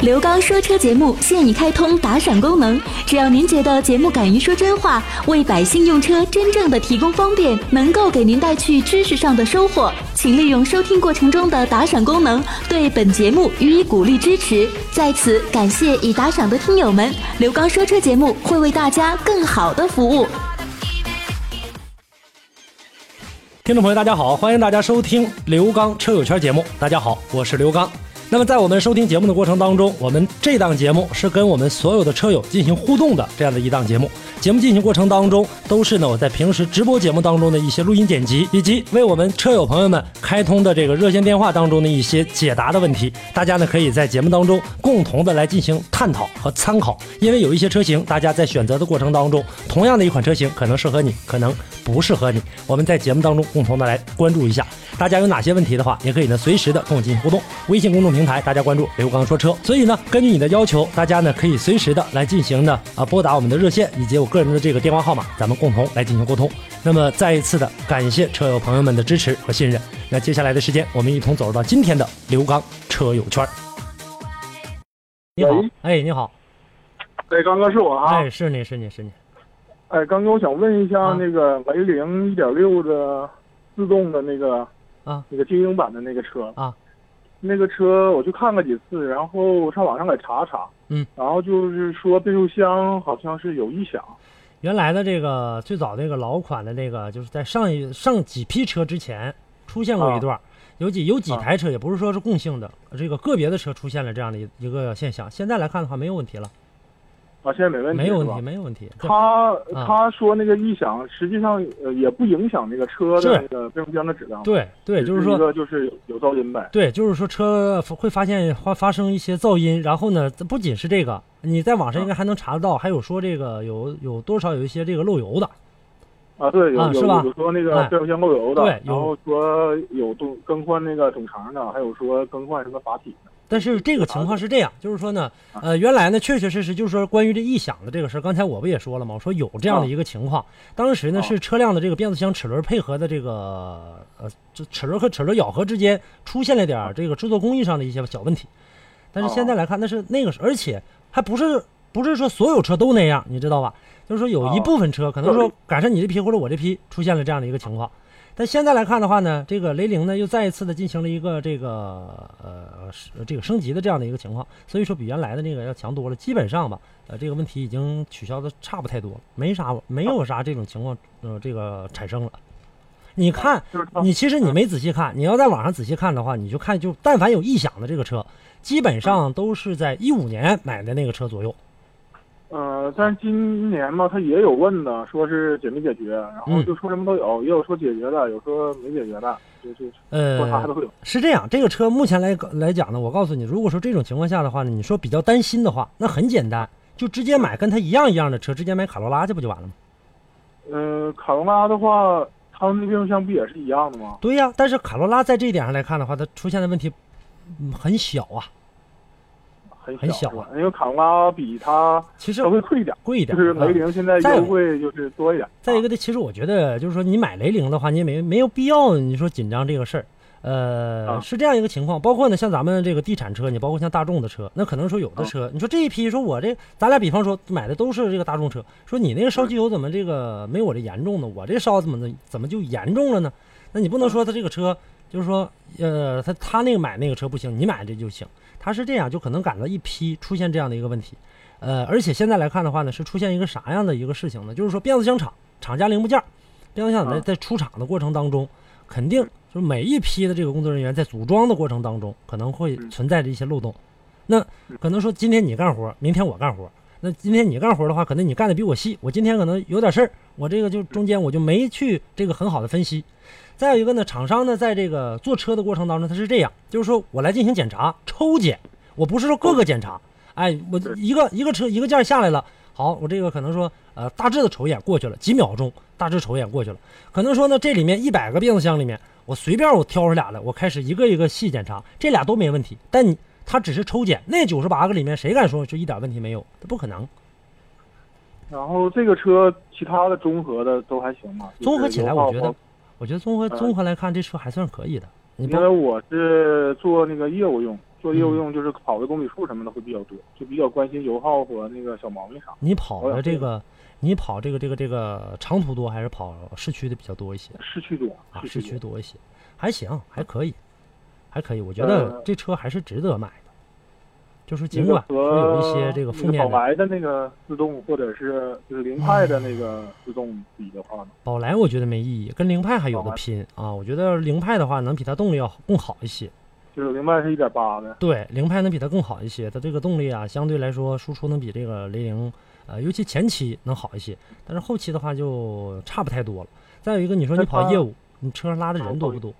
刘刚说车节目现已开通打赏功能，只要您觉得节目敢于说真话，为百姓用车真正的提供方便，能够给您带去知识上的收获，请利用收听过程中的打赏功能对本节目予以鼓励支持。在此感谢已打赏的听友们，刘刚说车节目会为大家更好的服务。听众朋友，大家好，欢迎大家收听刘刚车友圈节目。大家好，我是刘刚。那么在我们收听节目的过程当中，我们这档节目是跟我们所有的车友进行互动的这样的一档节目。节目进行过程当中，都是呢我在平时直播节目当中的一些录音剪辑，以及为我们车友朋友们开通的这个热线电话当中的一些解答的问题。大家呢可以在节目当中共同的来进行探讨和参考，因为有一些车型，大家在选择的过程当中，同样的一款车型可能适合你，可能不适合你。我们在节目当中共同的来关注一下。大家有哪些问题的话，也可以呢随时的跟我进行互动。微信公众平台大家关注“刘刚说车”，所以呢，根据你的要求，大家呢可以随时的来进行呢啊拨打我们的热线以及我个人的这个电话号码，咱们共同来进行沟通。那么再一次的感谢车友朋友们的支持和信任。那接下来的时间，我们一同走入到今天的刘刚车友圈。你好喂，哎，你好，哎，刚刚是我啊。哎，是你是你是你，哎，刚刚我想问一下啊那个雷凌一点六的自动的那个啊那个精英版的那个车啊，那个车我去看了几次，然后上网上给查查，嗯，然后就是说变速箱好像是有异响，原来的这个最早那个老款的那个，就是在上一上几批车之前出现过一啊段儿，有几有几台车，也不是说是共性的，这个个别的车出现了这样的一一个现象。现在来看的话，没有问题了，啊，现在没问题没有是问吧题，？没有问题。对他啊他说那个异响，实际上呃也不影响那个车是的那个变速箱的质量，对对，只就是一说，个就是有有噪音呗。对，就是说车会发现发发生一些噪音，然后呢，不仅是这个，你在啊网上应该还能查得到，还有说这个有有多少有一些这个漏油的，啊，对，有、啊有是吧有说那哎个变速箱漏油的，对有然后说有动更换那个总成的，还有说更换什么阀体的。但是这个情况是这样，就是说呢，呃，原来呢，确确实实就是说关于这异响的这个事儿，刚才我不也说了吗？我说有这样的一个情况，当时呢啊是车辆的这个变速箱齿轮配合的这个呃，这齿轮和齿轮咬合之间出现了点儿这个制作工艺上的一些小问题，但是现在来看，那是那个是，而且还不是不是说所有车都那样，你知道吧？就是说有一哦部分车可能说对赶上你这批或者我这批出现了这样的一个情况，但现在来看的话呢，这个雷凌呢又再一次的进行了一个这个呃是这个升级的这样的一个情况，所以说比原来的那个要强多了，基本上吧，呃这个问题已经取消的差不太多了，没啥没有啥这种情况呃这个产生了。你看，就是它你其实你没仔细看，你要在网上仔细看的话，你就看就但凡有异响的这个车，基本上都是在一五年买的那个车左右。呃，但是今年嘛，他也有问的，说是解没解决，然后嗯就说什么都有，也有说解决的，有说没解决的，就就说啥呃都，有。是这样，这个车目前来来讲呢，我告诉你，如果说这种情况下的话呢，你说比较担心的话，那很简单，就直接买跟它一样一样的车，直接买卡罗拉去不就完了吗？呃，卡罗拉的话，他们那变速箱不也是一样的吗？对呀、但是卡罗拉在这一点上来看的话，它出现的问题、嗯很小啊。很很小是吧啊因为卡罗拉比它其实稍微贵一点，贵一点，就是雷啊凌现在再有优惠就是多一点。再一个呢，其实我觉得就是说，你买雷凌的话，你也没没有必要你说紧张这个事儿。呃，啊是这样一个情况，包括呢，像咱们这个地产车，你包括像大众的车，那可能说有的啊车，你说这一批，说我这，咱俩比方说买的都是这个大众车，说你那个烧机油怎么这个没我这严重呢？我这烧怎么的怎么就严重了呢？那你不啊能说他这个车就是说，呃，他他那个买那个车不行，你买这就行，他是这样，就可能赶到一批出现这样的一个问题。呃，而且现在来看的话呢，是出现一个啥样的一个事情呢？就是说变速箱厂厂家零部件儿，变速箱厂在啊嗯在出厂的过程当中，肯定就是每一批的这个工作人员在组装的过程当中，可能会嗯存在着一些漏洞。那可能说今天你干活，明天我干活。那今天你干活的话，可能你干的比我细，我今天可能有点事儿，我这个就中间我就没去这个很好的分析。再有一个呢，厂商呢在这个做车的过程当中，它是这样，就是说我来进行检查、抽检，我不是说哦各个检查，哎，我对一个一个车一个件儿下来了，好，我这个可能说呃大致的瞅一眼过去了，几秒钟大致瞅一眼过去了，可能说呢这里面一百个变速箱里面，我随便我挑出俩来，我开始一个一个细检查，这俩都没问题，但你它只是抽检，那九十八个里面谁敢说就一点问题没有？它不可能。然后这个车其他的综合的都还行吧。就是综合起来，油耗我觉得包，我觉得综合呃综合来看，这车还算可以的。你因包为我是做那个业务用，做业务用就是跑的公里数什么的会比较多，就比较关心油耗和那个小毛病啥。你跑我的也这会个，你跑这个这个这个长途多还是跑市区的比较多一些市区多啊？，市市区区多一些，还行，还可以，还可以。我觉呃得这车还是值得买的，就是那尽个管和说有一些这个负面宝的来的那个自动，或者是就是凌派的那个自动比的话呢，宝来，我觉得没意义，跟凌派还有宝的来拼啊。我觉得凌派的话能比它动力要更好一些，就是凌派是一点八的，对，凌派能比它更好一些，它这个动力啊相对来说输出能比这个雷凌，呃，尤其前期能好一些，但是后期的话就差不太多了。再有一个，你说你那跑它业务，你车上拉的人跑多不业多？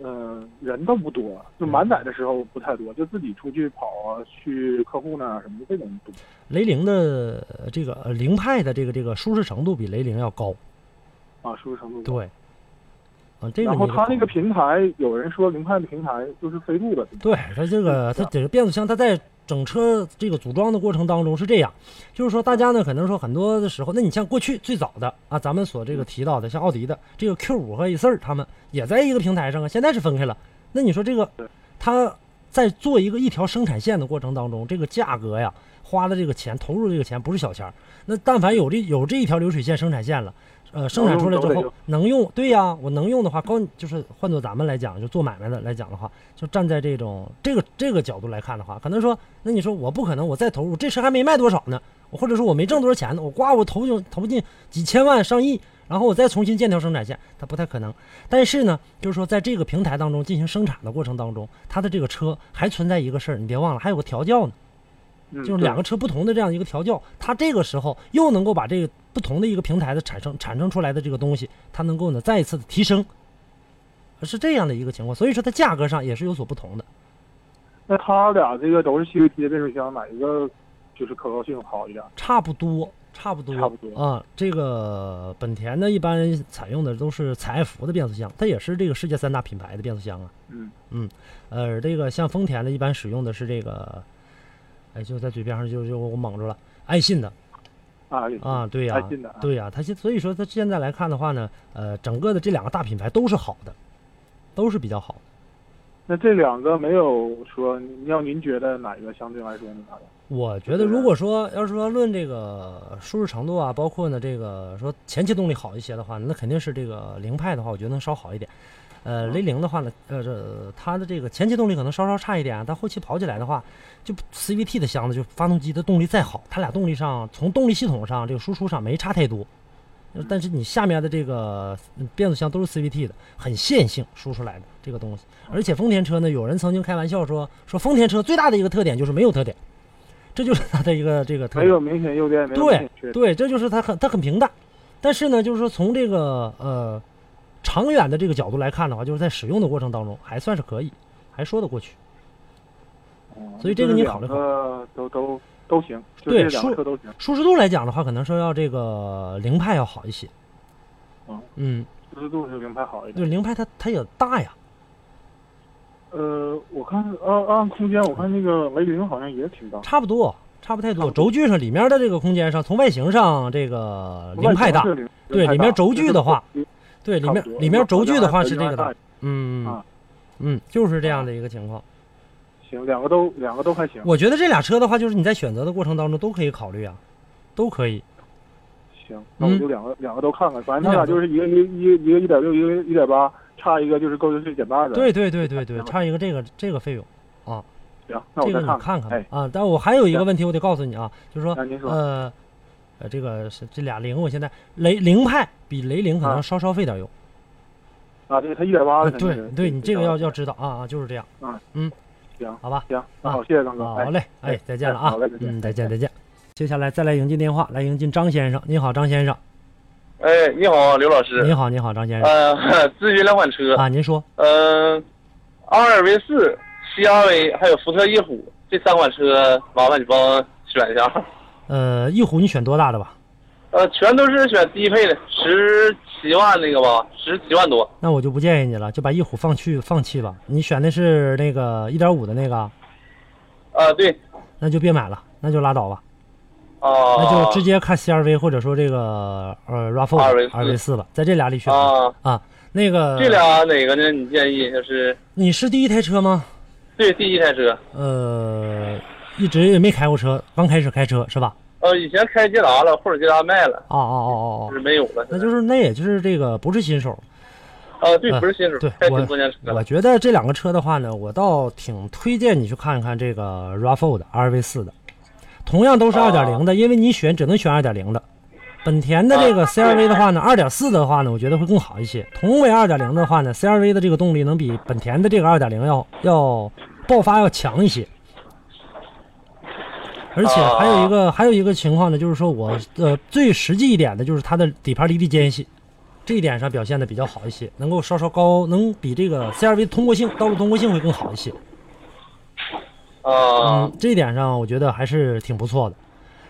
嗯，人倒不多，就满载的时候不太多，就自己出去跑啊，去客户那儿什么的这种不多。雷凌的呃这个呃凌派的这个这个舒适程度比雷凌要高，啊，舒适程度高。对，啊，这个然后你得它考那个虑平台，有人说凌派的平台就是飞度的，对它这个是它啊这个变速箱，它在整车这个组装的过程当中是这样，就是说大家呢可能说很多的时候，那你像过去最早的啊，咱们所这嗯个提到的像奥迪的这个 Q 五和 A 四儿，他们也在一个平台上啊，现在是分开了。那你说这个对它在做一个一条生产线的过程当中，这个价格呀，花的这个钱投入这个钱不是小钱儿。那但凡有这有这一条流水线生产线了。呃，生产出来之能用都得后用能用，对呀、我能用的话，高就是换做咱们来讲，就做买卖的来讲的话，就站在这种这个这个角度来看的话，可能说，那你说我不可能，我再投入，这车还没卖多少呢，我或者说我没挣多少钱呢，我呱我投进投进几千万上亿，然后我再重新建条生产线，它不太可能。但是呢，就是说在这个平台当中进行生产的过程当中，它的这个车还存在一个事儿，你别忘了还有个调教呢。嗯，就是两个车不同的这样一个调教，它这个时候又能够把这个不同的一个平台的产生产生出来的这个东西，它能够呢再一次的提升，是这样的一个情况。所以说它价格上也是有所不同的。对。那它俩这个都是 CVT 的变速箱，哪一个就是可靠性好一点？差不多，差不多，差不多啊。这个本田呢，一般采用的都是采埃孚的变速箱，它也是这个世界三大品牌的变速箱啊。嗯，呃，这个像丰田的，一般使用的是这个，哎，就在嘴边上就就我蒙住了，爱信的啊也行啊，对呀、爱信的啊，对呀、它现所以说它现在来看的话呢，呃，整个的这两个大品牌都是好的，都是比较好的。那这两个没有说，要您觉得哪一个相对来说呢？我觉得，如果说要是说论这个舒适程度啊，包括呢这个说前期动力好一些的话，那肯定是这个凌派的话，我觉得能稍好一点。呃，雷凌的话呢，呃，这它的这个前期动力可能稍稍差一点啊，但后期跑起来的话，就 CVT 的箱子，就发动机的动力再好，它俩动力上从动力系统上这个输出上没差太多，但是你下面的这个嗯变速箱都是 CVT 的，很线性输出来的这个东西。而且丰田车呢，有人曾经开玩笑说，说丰田车最大的一个特点就是没有特点，这就是它的一个这个特没点。有明显优点，没有明对显缺点。对，这就是它很它很平淡，但是呢，就是说从这个呃长远的这个角度来看的话，就是在使用的过程当中还算是可以，还说得过去。嗯所以这个就是你考虑两个都都都行，就对这两说个车都行。舒适度来讲的话，可能说要这个凌派要好一些嗯。嗯，舒适度是凌派好一对，点。凌派它它也大呀，呃，我看按按空间，我看那个雷凌好像也挺大，差不多，差不太哦差多。不多轴距上里面的这个空间上，从外形上这个凌派大，外形是凌对凌派里面轴距的话大就是对，里差不面多里面轴距的话好像是这还个的，嗯啊嗯，就是这样的一个情况。行，两个都两个都还行。我觉得这俩车的话，就是你在选择的过程当中都可以考虑啊，都可以。行，那嗯我就两个、两个都看看，反正他俩就是一个一一一个一点六，一个一点八，差一个就是购置税减半的。，对对对对那对，我差一个这个这个费用，行，那我这再个你看看看吧哎，啊。但我还有一个问题，我得告诉你啊，就是说那您说，呃呃，这个是这俩零，我现在雷凌派比雷凌可能啊稍稍费点油。啊，对，他一点八啊的，对肯定是对，你这个要要知道啊啊，就是这样。行好吧。行，那啊好，谢谢刚哥，哎好嘞，哎，再见了啊好嘞再，见嗯，再见再见。接下来再来迎进电话，来迎进张先生。你好，张先生。哎，你好，刘老师。你好，你好，张啊先生。呃， 咨询两款车，啊，您说嗯、呃，阿尔维四、CRV 还有福特翼虎这三款车，麻烦你帮我选一下。 呃，翼虎你选多大的吧？呃，全都是选低配的，十七万那个吧，十七万多。那我就不建议你了，就把翼虎放去放弃吧。你选的是那个一点五的那个，啊、对，那就别买了，那就拉倒吧，啊、那就直接看 CRV 或者说这个呃 RAV4 RAV4 RAV 四了，在这俩里选吧啊、啊。那个这俩哪个呢？你建议就是你是第一台车吗？对，第一台车，呃，一直也没开过车，刚开始开车是吧？呃，以前开捷达了，或者捷达卖了，啊啊啊啊就啊！是没有了。那就是那也就是这个不是新手，啊，对，嗯不是新手对，开挺多年车我我了。觉得这两个车的话呢，我倒挺推荐你去看一看这个 RAV4 的 RV4 的，同样都是啊二点零的，因为你选只能选二点零的。本田的这个啊 CRV 的话呢，二点四的话呢，我觉得会更好一些。同为二点零的话呢，CRV 的这个动力能比本田的这个二点零要要爆发要强一些。而且还有一个、还有一个情况呢，就是说我呃最实际一点的就是它的底盘离地间隙，这一点上表现的比较好一些，能够稍稍高，能比这个 CRV 的通过性、道路通过性会更好一些。啊嗯，，这一点上我觉得还是挺不错的。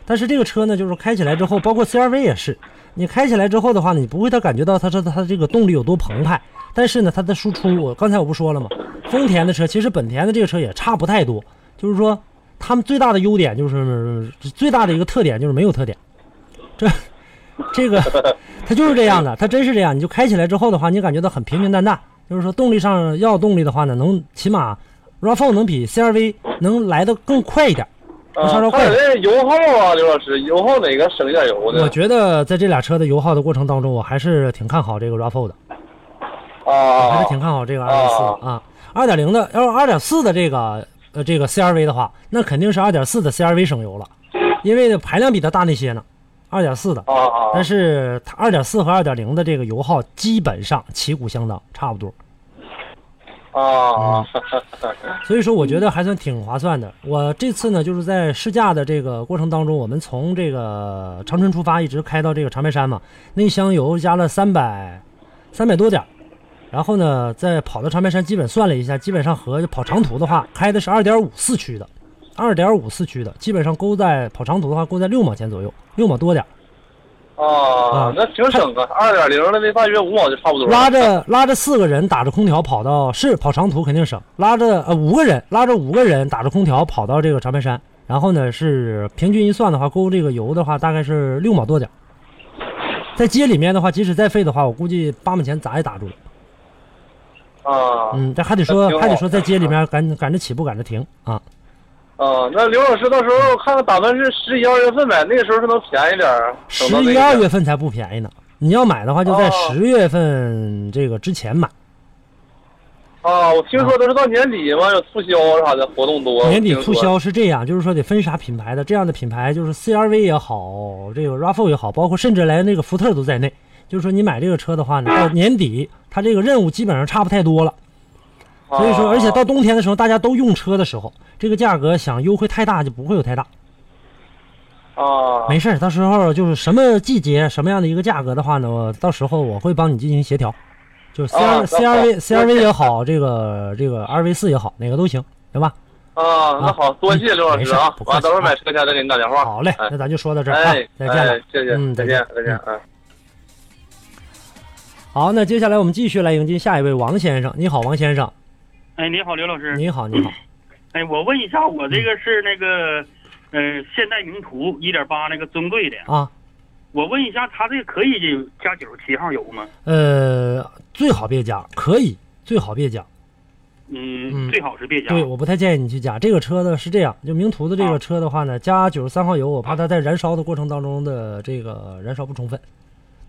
但是这个车呢，就是开起来之后，包括 CRV 也是，你开起来之后的话呢，你不会太感觉到它说它这个动力有多澎湃，但是呢，它的输出，我刚才我不说了吗？丰田的车其实本田的这个车也差不太多，就是说他们最大的优点就是最大的一个特点就是没有特点，这这个它就是这样的，它真是这样。你就开起来之后的话，你感觉到很平平淡淡，就是说动力上要动力的话呢，能起码 RAV4 能比 CRV 能来的更快一点。啊，稍稍它快有那油耗啊，刘老师，油耗哪个省一点油呢？我觉得在这俩车的油耗的过程当中，我还是挺看好这个 RAV4 的，我还啊是，挺看好这个 RAV4 的啊。二点零的，要是二点四的这个呃这个 CRV 的话，那肯定是二点四的 CRV 省油了，因为排量比它大那些呢，二点四的。啊啊，但是它二点四和二点零的这个油耗基本上旗鼓相当，差不多。啊，所以说，我觉得还算挺划算的。我这次呢，就是在试驾的这个过程当中，我们从这个长春出发，一直开到这个长白山嘛，那箱油加了三百三百多点儿然后呢，再跑到长白山，基本算了一下，基本上和跑长途的话，开的是二点五四驱的，二点五四驱的，基本上勾在跑长途的话，勾在六毛钱左右，六毛多点儿啊啊，那挺省啊，二点零的那大约五毛就差不多了。拉着拉着四个人打着空调跑到是跑长途肯定省，拉着呃五个人拉着五个人打着空调跑到这个长白山，然后呢是平均一算的话，勾这个油的话大概是六毛多点儿，在街里面的话，即使再费的话，我估计八毛钱咋也打住了。啊，嗯，这还得那挺说好还得说在街里面赶赶着起步赶着停啊，啊，那刘老师到时候看看，打算是十一二月份买，那个时候是能便宜点儿。十省到那一个二月份才不便宜呢。你要买的话，就在哦十月份这个之前买，啊，我听说都是到年底嘛，有促销啥的活动多。嗯年底我听促说销是这样，就是说得分啥品牌的，这样的品牌就是 CRV 也好，这个 RAV4 也好，包括甚至连那个福特都在内。就是说你买这个车的话呢，到年底它这个任务基本上差不太多了。啊所以说，而且到冬天的时候，大家都用车的时候，这个价格想优惠太大就不会有太大。啊，没事儿，到时候就是什么季节什么样的一个价格的话呢，我到时候我会帮你进行协调。就是 C 啊 R C R V C R 那好 V 也好，这个这个 R V 四也好，哪个都行，行吧？啊，那好多谢刘老师啊嗯没事不，客气完等会儿买车去再给您打电话。好嘞哎，那咱就说到这儿啊哎，，再见了哎。谢谢，嗯再再见见，再见，嗯。好，那接下来我们继续来迎接下一位王先生。你好，王先生。哎，你好，刘老师。你嗯好，你好。哎，我问一下，我这个是那个，呃，现代名图一点八那个尊贵的，啊，我问一下，它这个可以加九十七号油吗？呃，最好别加，可以，最好别加。嗯，嗯最好是别加。对，我不太建议你去加这个车呢，是这样，就名图的这个车的话呢，加九十三号油，我怕它在燃烧的过程当中的这个燃烧不充分，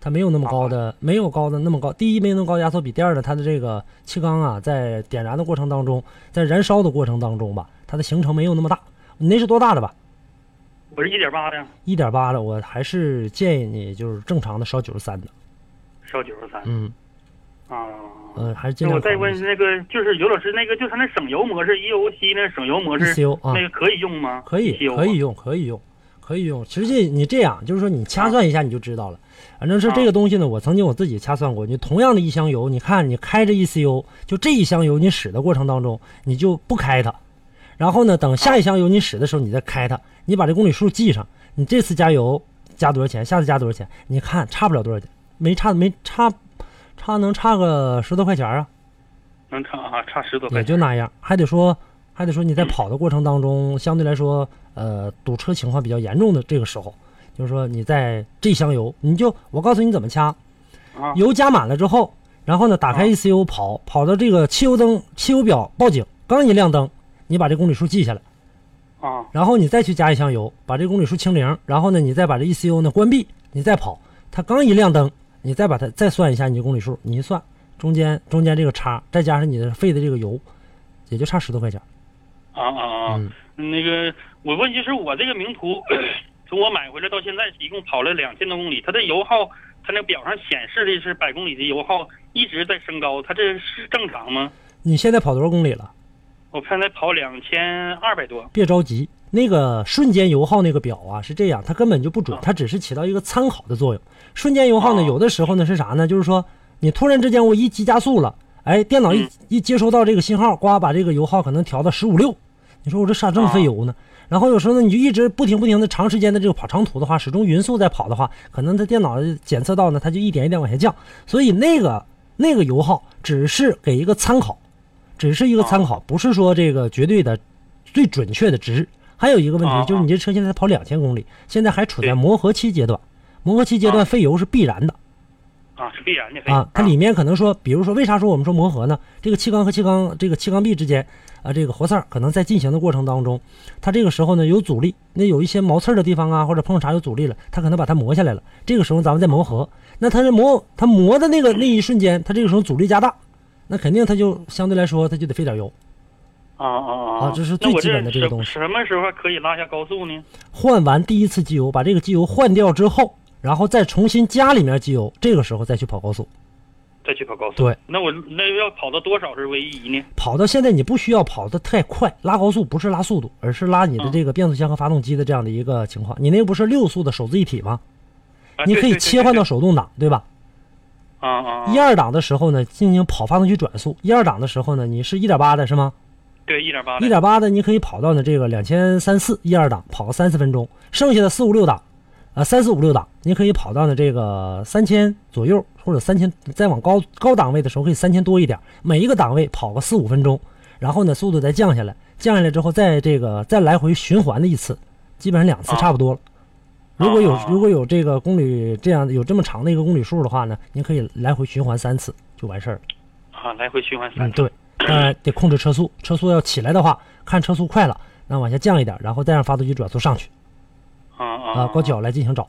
它没有那么高的，没有高的那么高。第一，没有那么高压缩比；第二呢，它的这个气缸啊，在点燃的过程当中，在燃烧的过程当中吧，它的行程没有那么大。你那是多大的吧？我是一点八的，一点八的，我还是建议你就是正常的烧九十三的。烧九十三。嗯啊，呃，还是尽那我量考再虑一问下。那个，就是刘老师那个，就是它那省油模式 EOC 那省油模式， ECU 啊那个可以用吗？可以 ECU 啊可以用，可以用，可以用。其实这你这样，就是说你啊掐算一下你就知道了。反正是这个东西呢，我曾经我自己掐算过，你同样的一箱油，你看你开着 ECU，就这一箱油你使的过程当中，你就不开它，然后呢，等下一箱油你使的时候你再开它，你把这公里数记上，你这次加油加多少钱，下次加多少钱，你看差不了多少钱，没差没差，差能差个十多块钱啊。能差啊，差十多块也钱。就那样，还得说，还得说你在跑的过程当中，相对来说，呃，堵车情况比较严重的这个时候，就是说你在这箱油，你就我告诉你怎么掐，啊油加满了之后，然后呢，打开 ECU 跑，跑到这个汽油灯、汽油表报警，刚一亮灯，你把这公里数记下来，啊然后你再去加一箱油，把这公里数清零，然后呢，你再把这 ECU 呢关闭，你再跑，它刚一亮灯，你再把它再算一下你的公里数，你一算，中间中间这个差，再加上你的费的这个油，也就差十多块钱。啊啊啊！嗯那个，我问题是我这个名图， 从我买回来到现在一共跑了两千多公里，它的油耗，它那表上显示的是百公里的油耗一直在升高，它这是正常吗？你现在跑多少公里了？我看才跑两千二百多别着急，那个瞬间油耗那个表啊是这样，它根本就不准，它只是起到一个参考的作用。瞬间油耗呢，哦有的时候呢是啥呢？就是说你突然之间我一急加速了，哎，电脑一嗯一接收到这个信号，呱把这个油耗可能调到十五六，你说我这啥这么费油呢？然后有时候呢，你就一直不停不停的长时间的这个跑长途的话，始终匀速在跑的话，可能它电脑检测到呢，它就一点一点往下降。所以那个那个油耗只是给一个参考，只是一个参考，不是说这个绝对的最准确的值。还有一个问啊题就是，你这车现在才跑两千公里，现在还处在对磨合期阶段，磨合期阶段啊费油是必然的啊，是必然的。非啊。它里面可能说，比如说，为啥说我们说磨合呢？这个气缸和气缸，这个气缸壁之间，啊，这个活塞儿可能在进行的过程当中，它这个时候呢有阻力，那有一些毛刺儿的地方啊，或者碰啥有阻力了，它可能把它磨下来了。这个时候咱们再磨合，那它是磨它磨的那个那一瞬间，它这个时候阻力加大，那肯定它就相对来说它就得费点油。啊啊啊这是最基本的这个东西那我这什什么时候可以拉下高速呢？换完第一次机油，把这个机油换掉之后，然后再重新加里面机油，这个时候再去跑高速。再去跑高速？对。那我那要跑到多少是唯一呢？跑到现在，你不需要跑得太快，拉高速不是拉速度，而是拉你的这个变速箱和发动机的这样的一个情况。你那个不是六速的手自一体吗？啊、你对可以对对切换对到手动挡，对吧？啊啊，一二档的时候呢，进行跑发动机转速；一二档的时候呢，你是一点八的是吗？对一点八一点八的你可以跑到呢这个两千三四一二档跑个三四分钟，剩下的四五六档，啊三四五六档你可以跑到呢这个三千左右或者三千，再往高高档位的时候可以三千多一点，每一个档位跑个四五分钟，然后呢速度再降下来，降下来之后再这个再来回循环的一次，基本上两次啊差不多了。如果有啊如果有这个公里这样有这么长的一个公里数的话呢，您可以来回循环三次就完事儿了。啊，来回循环嗯三，次。对，当然得控制车速，车速要起来的话，看车速快了，那往下降一点，然后再让发动机转速上去啊啊啊，啊，光脚来进行找。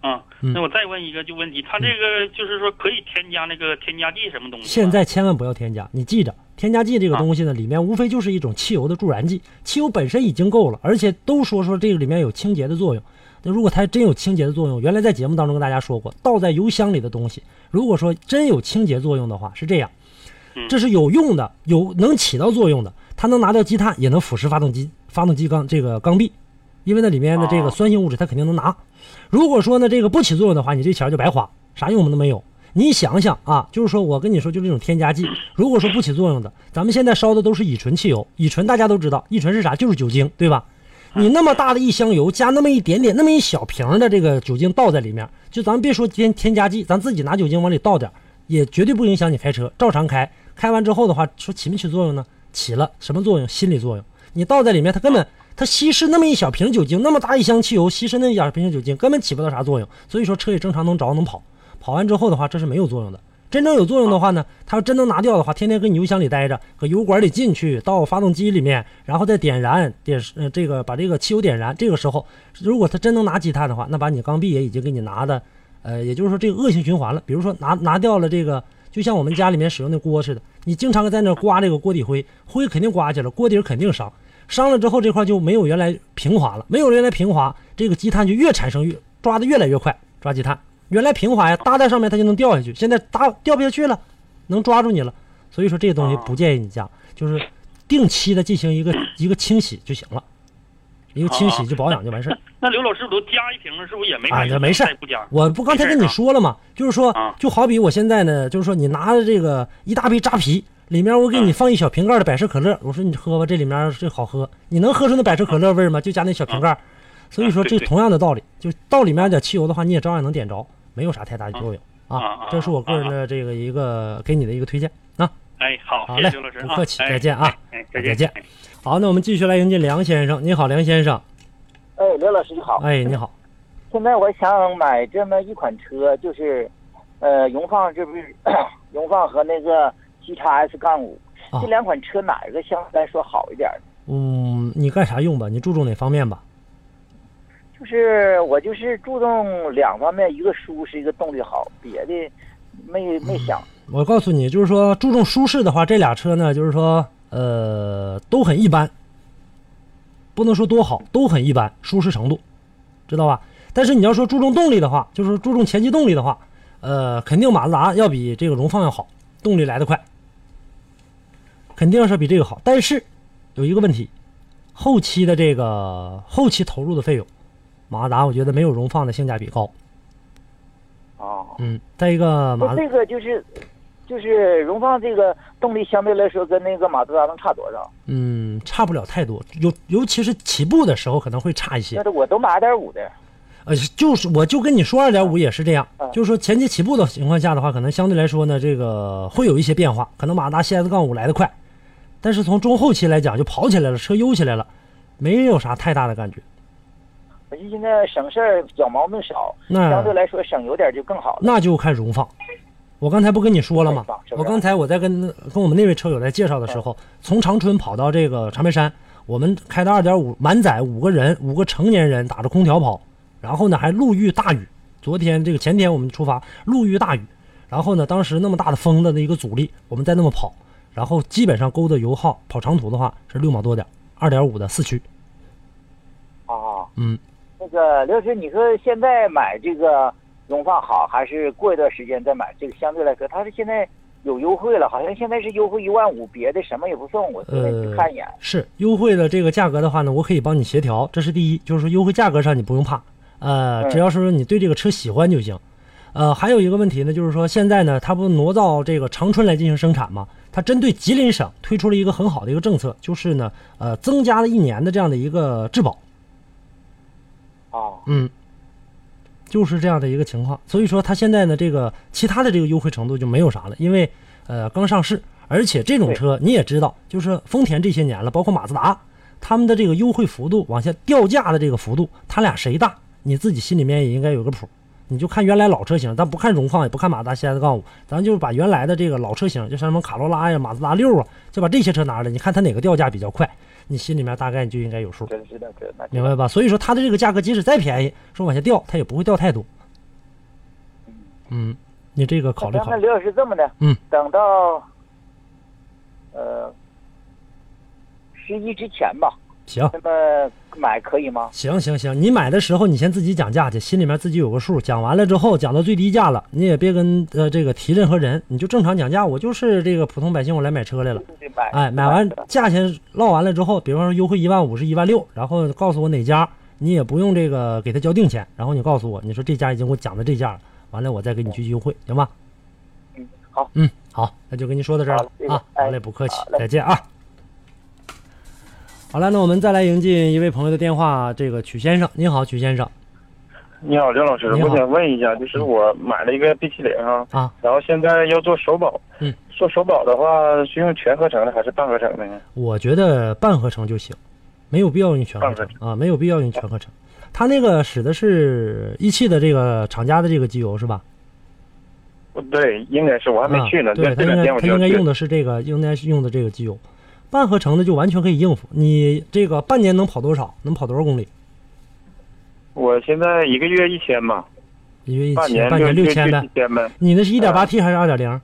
啊，嗯那我再问一个就问题，它这个就是说可以添加那个添加剂什么东西吗？现在千万不要添加，你记着，添加剂这个东西呢，里面无非就是一种汽油的助燃剂，汽油本身已经够了，而且都说说这个里面有清洁的作用。那如果它真有清洁的作用，原来在节目当中跟大家说过，倒在油箱里的东西，如果说真有清洁作用的话，是这样，嗯这是有用的，有能起到作用的，它能拿掉积碳，也能腐蚀发动机发动机缸这个缸壁，因为那里面的这个哦酸性物质它肯定能拿。如果说呢这个不起作用的话，你这钱儿就白花，啥用都没有。你想想啊，就是说我跟你说，就这种添加剂，如果说不起作用的，咱们现在烧的都是乙醇汽油，乙醇大家都知道，乙醇是啥？就是酒精，对吧？你那么大的一箱油，加那么一点点、那么一小瓶儿的这个酒精倒在里面，就咱别说添添加剂，咱自己拿酒精往里倒点儿，也绝对不影响你开车，照常开。开完之后的话，说起没起作用呢？起了，什么作用？心理作用。你倒在里面，它根本它稀释那么一小瓶酒精，那么大一箱汽油，稀释那一小瓶酒精，根本起不到啥作用。所以说车也正常能着能跑，跑完之后的话，这是没有作用的。真正有作用的话呢，它要真能拿掉的话，天天跟你油箱里待着，搁油管里进去，到发动机里面，然后再点燃，点呃这个把这个汽油点燃。这个时候，如果它真能拿积碳的话，那把你缸壁也已经给你拿的，呃，也就是说这个恶性循环了。比如说拿拿掉了这个，就像我们家里面使用的锅似的，你经常在那刮这个锅底灰，灰肯定刮去了，锅底儿肯定伤，伤了之后这块就没有原来平滑了，没有原来平滑，这个积碳就越产生越抓的越来越快，抓积碳。原来平滑呀，搭在上面它就能掉下去，现在搭掉不下去了，能抓住你了。所以说这个东西不建议你加，就是定期的进行一个一个清洗就行了，一个清洗就保养就完事儿。那刘老师，我都加一瓶了，是不是也没啊，关这系？没事再儿不加，我不刚才跟你说了吗？就是说啊，就好比我现在呢，就是说你拿着这个一大杯扎啤，里面我给你放一小瓶盖的百事可乐，我说你喝吧，这里面是好喝，你能喝出那百事可乐味儿吗？就加那小瓶盖儿。啊所以说，对这对同样的道理，就倒里面点汽油的话，你也照样能点着，没有啥太大的作用啊啊。这是我个人的这个一个给你的一个推荐啊。哎，好，好谢谢嘞刘老师不啊，客气哎再见啊哎，哎再再见哎好，那我们继续来迎接梁先生。你好，梁先生。哎，刘老师你好。哎，你好。现在我想买这么一款车，就是，呃，荣放这不是荣放和那个 G 叉 S 杠五啊这两款车哪一个相对来说好一点儿？嗯，你干啥用吧？你注重哪方面吧？就是我就是注重两方面，一个舒适，一个动力好，别的没嗯没想。我告诉你，就是说注重舒适的话，这俩车呢，就是说呃都很一般，不能说多好，都很一般，舒适程度，知道吧？但是你要说注重动力的话，就是注重前期动力的话，呃，肯定马自达要比这个荣放要好，动力来得快，呃肯定是比这个好。但是有一个问题，后期的这个后期投入的费用，马自达我觉得没有荣放的性价比高。啊，嗯，再一个马那自这个就是就是荣放这个动力相对来说跟那个马自达能差多少？嗯，差不了太多，尤尤其是起步的时候可能会差一些那。是我都买二点五的。呃，就是我就跟你说，二点五也是这样，就是说前期起步的情况下的话，可能相对来说呢，这个会有一些变化，可能马自达 CS 杠五来得快，但是从中后期来讲就跑起来了，车悠起来了，没有啥太大的感觉。我就现在省事儿，小毛病少，那相对来说省油点儿就更好了。那就看荣放。我刚才不跟你说了吗荣放？是不嗯我是刚才我在跟跟我们那位车友在介绍的时候，从长春跑到这个长白山，我们开到二点五满载，五个人，五个成年人打着空调跑，然后呢还路遇大雨。昨天这个前天我们出发，路遇大雨，然后呢当时那么大的风的一个阻力，我们再那么跑，然后基本上勾的油耗跑长途的话是六毛多点，二点五的四驱，啊，嗯。那个刘老师，你说现在买这个荣放好，还是过一段时间再买？这个相对来说，它是现在有优惠了，好像现在是优惠一万五，别的什么也不送。我昨天去呃看一眼，是优惠的这个价格的话呢，我可以帮你协调，这是第一，就是说优惠价格上你不用怕，呃，嗯只要是你对这个车喜欢就行。呃，还有一个问题呢，就是说现在呢，它不挪到这个长春来进行生产吗？它针对吉林省推出了一个很好的一个政策，就是呢，呃，增加了一年的这样的一个质保，啊，嗯，就是这样的一个情况。所以说，它现在呢，这个其他的这个优惠程度就没有啥了，因为呃刚上市，而且这种车你也知道，就是丰田这些年了，包括马自达，他们的这个优惠幅度往下掉价的这个幅度，它俩谁大，你自己心里面也应该有个谱。你就看原来老车型，咱不看荣放，也不看马自达 CS 杠五，咱就把原来的这个老车型，就像什么卡罗拉呀、马自达六啊，就把这些车拿出来，你看它哪个掉价比较快，你心里面大概你就应该有数。真是的，真的。明白吧？所以说它的这个价格即使再便宜，说往下掉，它也不会掉太多。嗯，你这个考虑那咱考们虑。刘老师这么的，嗯，等到呃十一之前吧，行那么买可以吗？行行行，你买的时候你先自己讲价去，心里面自己有个数。讲完了之后，讲到最低价了，你也别跟呃这个提任何人，你就正常讲价。我就是这个普通百姓，我来买车来了。对买哎，买完价钱唠完了之后，比方说优惠一万五是一万六，然后告诉我哪家，你也不用这个给他交定钱，然后你告诉我，你说这家已经给我讲的这价了，完了我再给你去优惠，行吧？嗯，好，嗯，好，那就跟您说到这儿好了谢谢啊，哎好嘞，不客气好，嘞再见啊。好了，那我们再来迎进一位朋友的电话，这个曲先生，您好，曲先生你好，刘老师，你好嗯我想问一下，就是我买了一个 B 七零啊，啊，然后现在要做首保，嗯，做首保的话是用全合成的还是半合成的呢？我觉得半合成就行，没有必要用全合成半合啊，没有必要用全合成，它那个使的是一汽的这个厂家的这个机油是吧？不对，应该是我还没去呢，啊、这对，这他应该两天我他就应该去用的是这个，应该是用的这个机油。半合成的就完全可以应付，你这个半年能跑多少？能跑多少公里？我现在一个月一千吧，一月一半千，年半年六六千七呗。千呗，你那是一点呃八 T 还是二点零？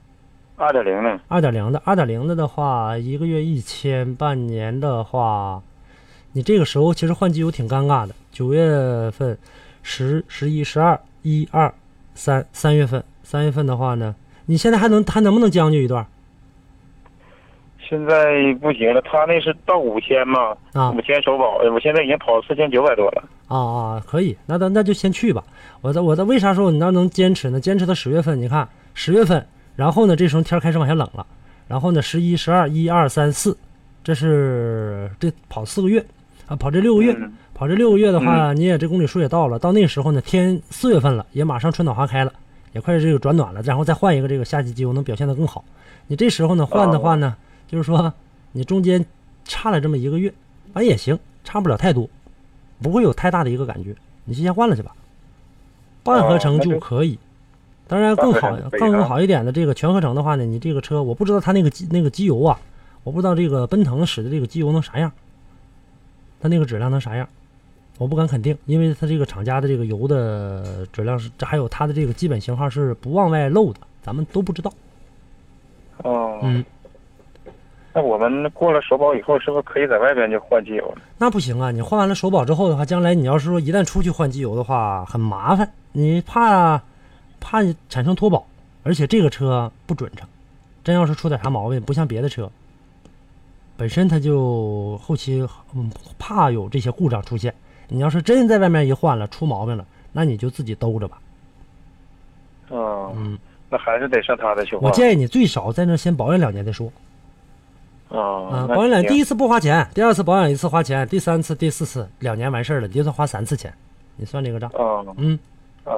二点零呢？二点零的，二点零的的话，一个月一千，半年的话，你这个时候其实换机油挺尴尬的。九月份、十、十一、十二、一二、三，三月份，三月份的话呢，你现在还能还能不能将就一段现在不行了，他那是到五千嘛，啊？五千首保，我现在已经跑四千九百多了。啊啊，可以，那咱那就先去吧。我在我在为啥说你那能坚持呢？坚持到十月份，你看十月份，然后呢，这时候天儿开始往下冷了，然后呢，十一、十二、一二三四，这是这跑四个月啊，跑这六个月，嗯跑这六个月的话，你也这公里数也到了，到那时候呢，天四月份了，也马上春暖花开了，也快这个转暖了，然后再换一个这个夏季机油能表现得更好。你这时候呢换的话呢，就是说你中间差了这么一个月，完也行，差不了太多，不会有太大的一个感觉。你就先换了去吧，半合成就可以。当然更好半合成可以更啊更好一点的这个全合成的话呢，你这个车我不知道它那个机那个机油啊，我不知道这个奔腾使的这个机油能啥样，它那个质量能啥样？我不敢肯定，因为它这个厂家的这个油的质量是，这还有它的这个基本型号是不往外漏的，咱们都不知道。哦，嗯，那我们过了首保以后，是不是可以在外边就换机油了？那不行啊！你换完了首保之后的话，将来你要是说一旦出去换机油的话，很麻烦，你怕怕你产生脱保，而且这个车不准成，真要是出点啥毛病，不像别的车，本身它就后期嗯怕有这些故障出现。你要是真在外面一换了出毛病了，那你就自己兜着吧。哦，嗯，那还是得上他的去换。我建议你最少在那先保养两年再说啊啊。，嗯保养两第一一次不花钱，第二次保养一次花钱，第三次、第四次两年完事儿了，你就算花三次钱，你算这个账，啊嗯。啊，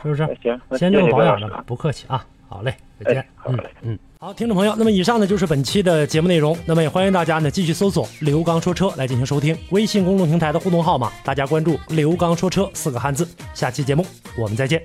是不是那？行，那先谢这么谢保白养老着师吧，不客气啊。好嘞，再见哎。好嗯嘞嗯，好，听众朋友，那么以上呢就是本期的节目内容。那么也欢迎大家呢继续搜索“刘刚说车”来进行收听，微信公众平台的互动号码，大家关注“刘刚说车”四个汉字。下期节目我们再见。